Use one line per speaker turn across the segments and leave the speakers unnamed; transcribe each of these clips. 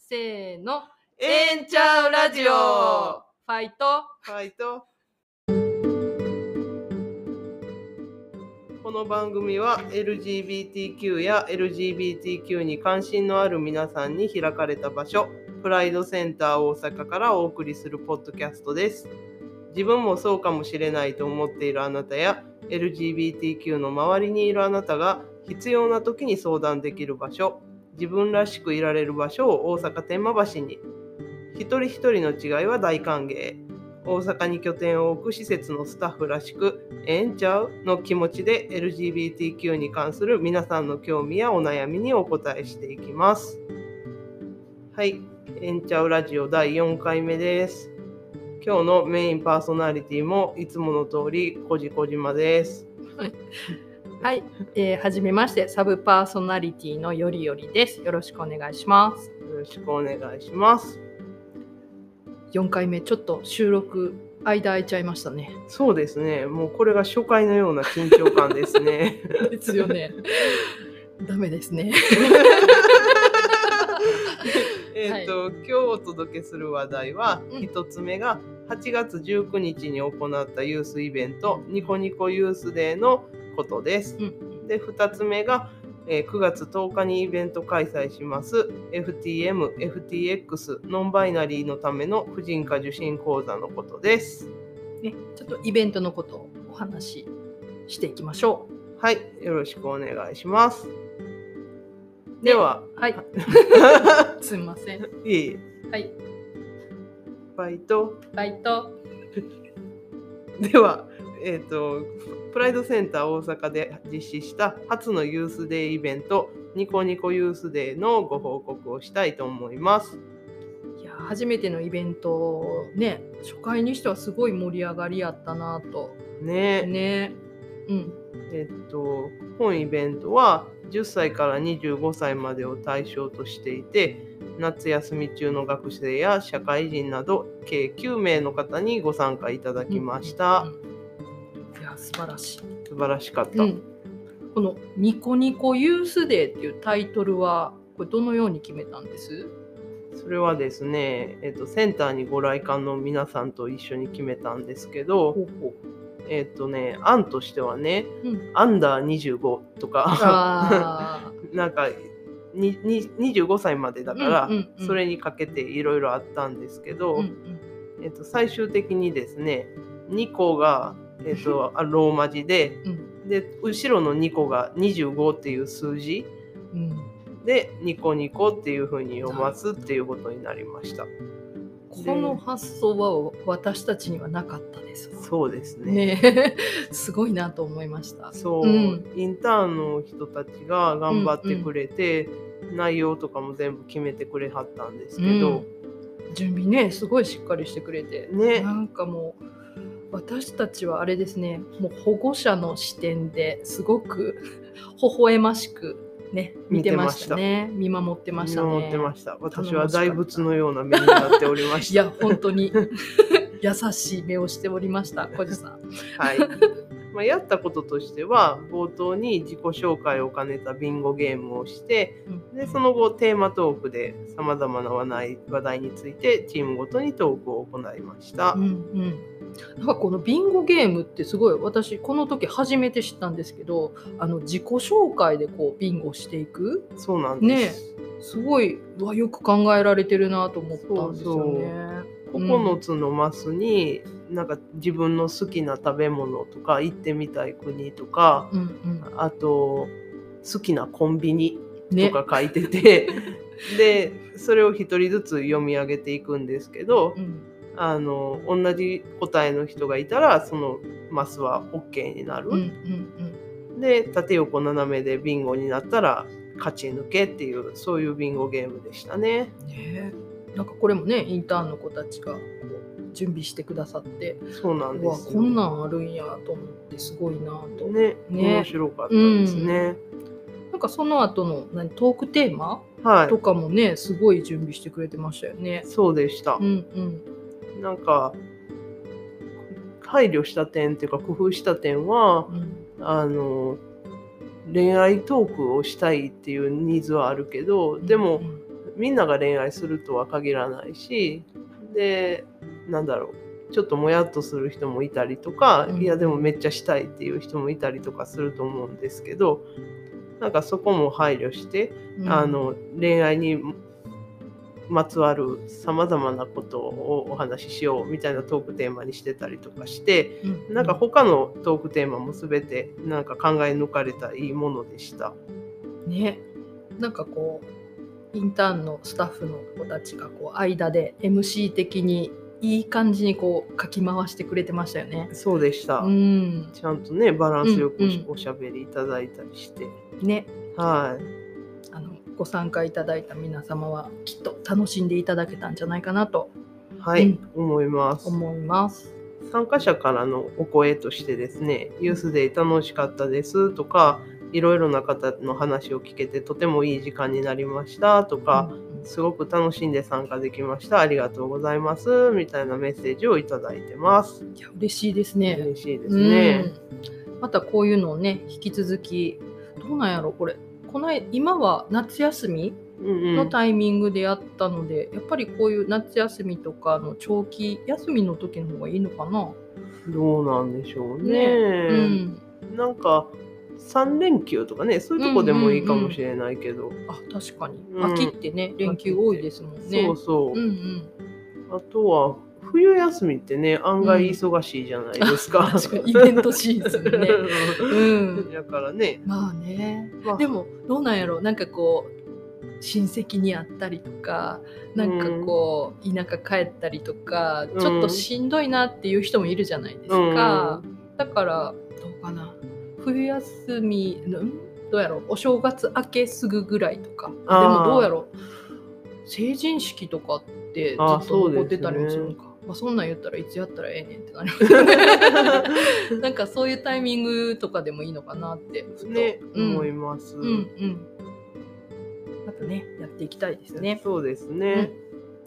せーの。
えんちゃうラジオ
ファイト
ファイトこの番組は LGBTQ や LGBTQ に関心のある皆さんに開かれた場所プライドセンター大阪からお送りするポッドキャストです自分もそうかもしれないと思っているあなたや LGBTQ の周りにいるあなたが必要な時に相談できる場所自分らしくいられる場所を大阪天満橋に一人一人の違いは大歓迎大阪に拠点を置く施設のスタッフらしく「ええんちゃう?」の気持ちで LGBTQ に関する皆さんの興味やお悩みにお答えしていきますはい「えんちゃうラジオ」第4回目です今日のメインパーソナリティもいつもの通りこじこじまです
はい、えー、はじめまして、サブパーソナリティのよりよりです。よろしくお願いします。
よろしくお願いします
4回目、ちょっと収録、間空いちゃいました ね。
そうですねもうこれが初回のような緊張感ですね
ですよね。ダメですね。
えっと、今日お届けする話題は
うん
一つ目が8月19日に行ったユースイベントニコニコユースデーのことです。
うん
で2つ目が、えー9月10日にイベント開催します FTM、FTX、ノンバイナリーのための婦人科受診講座のことです。
ねちょっとイベントのことをお話ししていきましょ
はい、よろしくお願いします。
う。
で、は、
はい、 すみません。
いえいえ、
はい、
バイト。
バイト。
では、えー、とプライドセンター大阪で実施した初のユースデーイベントニコニコユースデーのご報告をしたいと思います。
いや初めてのイベントね初回にしてはすごい盛り上がりやったなと
ね
ねうん
えっと本イベントは10歳から25歳までを対象としていて夏休み中の学生や社会人など計9名の方にご参加いただきました。
うんうんいや素晴らしい、
素晴らしかった。
うん、この「ニコニコユースデー」っていうタイトルはこれどのように決めたんです
それはですね、えっとセンターにご来館の皆さんと一緒に決めたんですけど、
ほうほ
えっ、とね、案としてはね、
うん
アンダー25とか、
あー
なんかにに25歳までだから、
うんうんうん
それにかけていろいろあったんですけ ど、
うんうん
えっと最終的にですね、2個が、えっとあローマ字で、
うん
で後ろの2個が25っていう数字
うん
で、ニコニコっていうふうに読ますっていうことになりました。
この発想は私たちにはなかったですわ
そうですね。
ね すごいなと思いました。
そう、
うん
インターンの人たちが頑張ってくれて、内容とかも全部決めてくれはったんですけど、
うん準備ねすごいしっかりしてくれて、
ね
なんかもう私たちはあれですねもう保護者の視点ですごく 微笑ましくね見てましたね見守ってましたね
見守ってました私は
頼もしかった
大仏のような目になっておりまし
い
た
や本当に 優しい目をしておりました小路さん
はいまあ、やったこととしては冒頭に自己紹介を兼ねたビンゴゲームをして でその後テーマトークでさまざまな話題話題についてチームごとにトークを行いました
うん、うんなんかこのビンゴゲームってすごい私この時初めて知ったんですけどあの自己紹介でこうビンゴしていく
そうなんです、
すごいうわよく考えられてるなと思ったんですよね。
9つのマスに、なんか自分の好きな食べ物とか行ってみたい国とか
うんうん
あと好きなコンビニと
ね、
か書いて て、でそれを一人ずつ読み上げていくんですけど
うん
あの同じ答えの人がいたらそのマスは OK になる、
うんうんうん
で縦横斜めでビンゴになったら勝ち抜けっていうそういうビンゴゲームでしたね。
ねなんかこれもねインターンの子たちがこう準備してくださって
そうなん
う
で
わ
す
こ
よ
んなんあるんやと思ってすごいなと、
ね
ね
面白かったですね。
なんかその後の何トークテーマ
はい
とかもねすごい準備してくれてましたよね。
そうでした
うん。うん
なんか配慮した点っていうか工夫した点は
うん
あの恋愛トークをしたいっていうニーズはあるけどでも
うん
みんなが恋愛するとは限らないしでなんだろうちょっともやっとする人もいたりとか、
うん
いやでもめっちゃしたいっていう人もいたりとかすると思うんですけどなんかそこも配慮して、
うん
あの恋愛にまつわるさまざまなことをお話ししようみたいなトークテーマにしてたりとかして
う
なんか他のトークテーマも全てなんか考え抜かれたいいものでした。
ねなんかこうインターンのスタッフの子たちがこう間で MC 的にいい感じにこうかき回してくれてましたよね。
そうでした、
うん、
ちゃんとねバランスよく
うんうん
おしゃべりいただいたりして、
ね
はい
あのご参加いただいた皆様はきっと楽しんでいただけたんじゃないかなと
はい、
うん
思います
思います。
参加者からのお声としてですね「ユースデイ楽しかったです」とか「いろいろな方の話を聞けてとてもいい時間になりました」とか、
うん
すごく楽しんで参加できました。ありがとうございます。みたいなメッセージをいただいてます。
いや嬉しいですね。
嬉しいですね。
うんまたこういうのをね引き続きどうなんやろこれこない今は夏休み
うんう
の
ん。
タイミングでやったので、やっぱりこういう夏休みとかの長期休みの時の方がいいのかな。
どうなんでしょうね。
うん、
なんか3連休とかね、そういうとこでもいいかもしれないけど。
あ確かに、
うん
秋ってね連休多いですもんね。
そうそう
う。ん
あとは冬休みってね、案外忙しいじゃないですか。
うん、確かにイベントシーズン ね。うん
だからね、
まあね
まあ、
でもどうなんやろなんかこう親戚に会ったりとかなんかこう、田舎帰ったりとかちょっとしんどいなっていう人もいるじゃないですか。
うん
だからどうかな冬休みんどうやろうお正月明けすぐぐらいとかで
あー
もどうやろう成人式とかってずっ
あー
と
そうですね
残ってたりもするのかそ,、まあ、そんなん言ったらい つやったらええねんってなりますね なんかそういうタイミングとかでもいいのかなってふと
ね、
うん、
思います。
うんうんまたねやっていきたいですね
そうですね。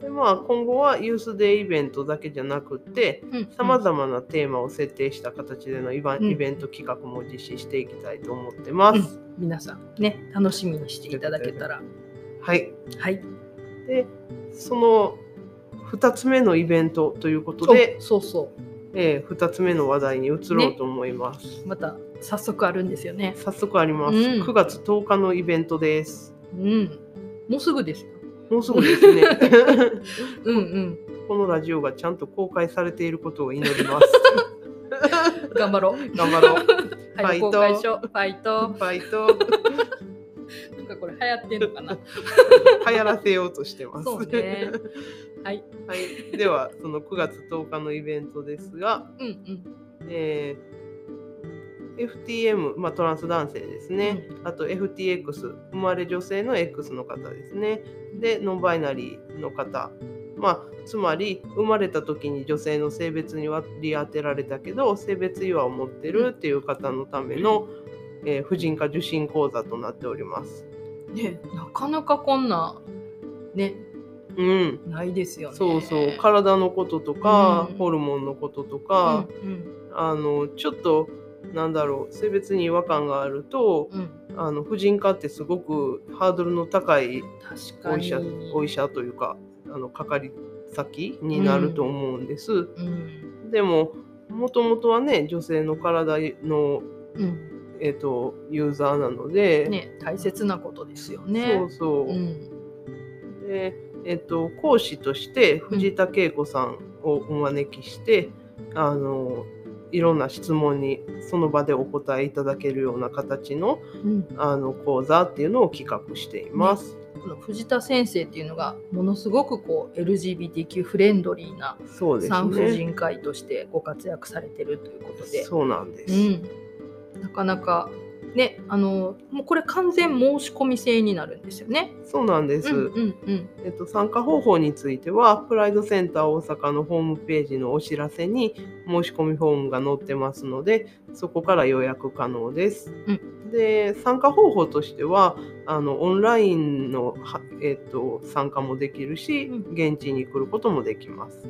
でまあ、今後はユースデイイベントだけじゃなくてさまざまなテーマを設定した形でのイバン
うん
イベント企画も実施していきたいと思ってます。
うん皆さんね楽しみにしていただけたら
はい、
はい
でその2つ目のイベントということで、
おそうそう
え2つ目の話題に移ろうと思います。
また早速あるんですよね。
早速あります、
うん
9月10日のイベントです。
うん。もうすぐですよ。
もうすぐです ね。
うんうん。
このラジオがちゃんと公開されていることを祈ります。
頑張ろう。
頑張ろう。
はい、
ファイト
公開書、ファイト。
バイト
なんかこれ流行ってんのか な。
流行らせようとしてます。。
そうねはい。
はい、ではその9月10日のイベントですが、
うんうん。
えー FTM、まあ、トランス男性ですね、あと FTX 生まれ女性の X の方ですねでノンバイナリーの方、まあ、つまり生まれた時に女性の性別に割り当てられたけど性別違和を持ってるっていう方のための、えー婦人科受診講座となっております。
ね、なかなかこんな。ね、
うん
ないですよね。
そうそう体のこととか、
うん
ホルモンのことと
うん
か、あのちょっとなんだろう性別に違和感があると
うんうん。
あの婦人科ってすごくハードルの高い
確
お
か
医
に。
者お医者というかあのかかり先になると思うんです、
うん。
でももともとはね女性の体の、
うん。
えっとユーザーなので、
ね、大切なことですよね。
そうそう、
うん。
で、えっと、講師として藤田恵子さんをお招きして、あのいろんな質問にその場でお答えいただけるような形の
うん。
あの講座っていうのを企画しています。
この藤田先生っていうのがものすごくこう LGBTQ フレンドリーな
そうですね。
産婦人科医としてご活躍されてるということで、
そうなんです。
うん、なかなかねあのもうこれ完全申し込み制になるんですよね。
そうなんです、
うんうんうん
えっと、参加方法についてはプライドセンター大阪のホームページのお知らせに申し込みフォームが載ってますのでそこから予約可能です。
う
で参加方法としてはあのオンラインの、はえっと、参加もできるし
う
現地に来ることもできます。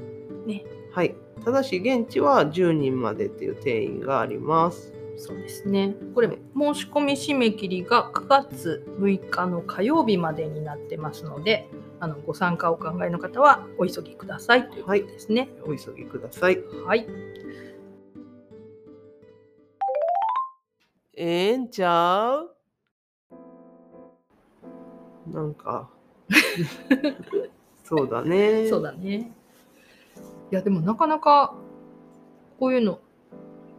ね
はい、ただし現地は10人までっていう定員があります。
そうですねこれ申し込み締め切りが9月6日の火曜日までになってますのであのご参加をお考えの方はお急ぎくださいということですね。
お急ぎください。
はい。
ええんちゃうなんかそうだね
そうだね。いやでもなかなかこういうの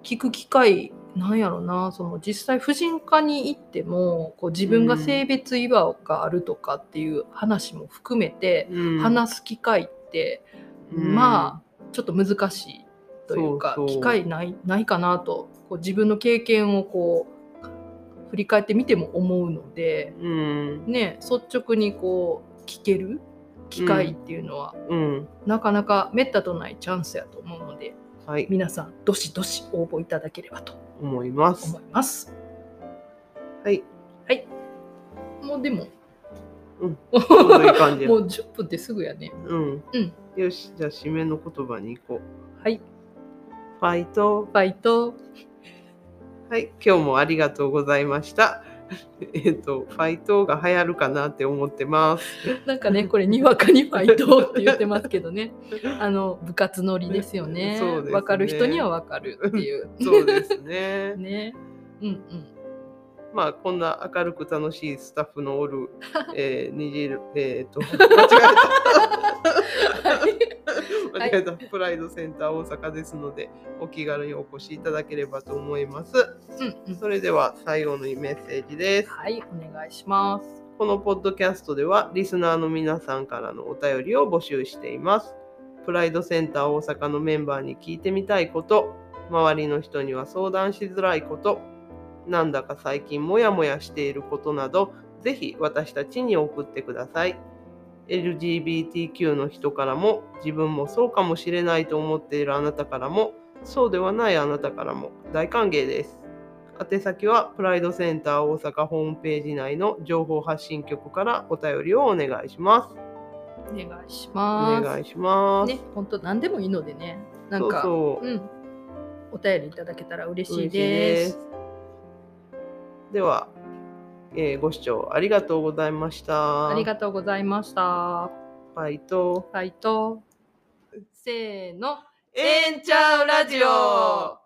聞く機会なんやろなその実際婦人科に行ってもこう自分が性別違和があるとかっていう話も含めて
うん
話す機会って、まあちょっと難しいというか
そうそう
機会ないないかなとこう自分の経験をこう振り返ってみても思うので、
うん
ね、率直にこう聞ける機会っていうのは、
うん
なかなかめったとないチャンスやと思うので
はい
皆さんどしどし応募いただければと
思いま
思
す
います。
はい
もうでも、
うんちょうどいい
も
感じや
う10分ですぐやね。
うん、
うん
よしじゃあ締めの言葉に行こう
はい、
ファイト
バイト。
はい、今日もありがとうございました。 えっと、ファイトが流行るかなって思ってます。
なんか ね、これにわかにファイトって言ってますけどね。あの部活乗りですよね。
そうですね
わかる人にはわかるっていう。
そうです ね。
ね。うんうん。
まあ、こんな明るく楽しいスタッフのおる、えー、にじる、えーっと、間違
は
えた、間
い
違えた、プライドセンター大阪ですので、お気軽にお越しいただければと思います。
うんうん。
それでは、最後のメッセージです。
はい、お願いします。
このポッドキャストではリスナーの皆さんからのお便りを募集しています。プライドセンター大阪のメンバーに聞いてみたいこと、周りの人には相談しづらいこと、なんだか最近モヤモヤしていることなど、ぜひ私たちに送ってください。LGBTQ の人からも、自分もそうかもしれないと思っているあなたからも、そうではないあなたからも大歓迎です。宛先はプライドセンター大阪ホームページ内の情報発信局からお便りをお願いします。
お願いし
お
ます。
願いします。
ね、本当何でもいいのでね。なんか、う。
そうそうん
お便りいただけたら嬉しい
嬉しい
で
ですす。。では、えーご視聴ありがとうございました。
ありがとうございました。
バイト。
バイト。せーの。
えんちゃうラジオ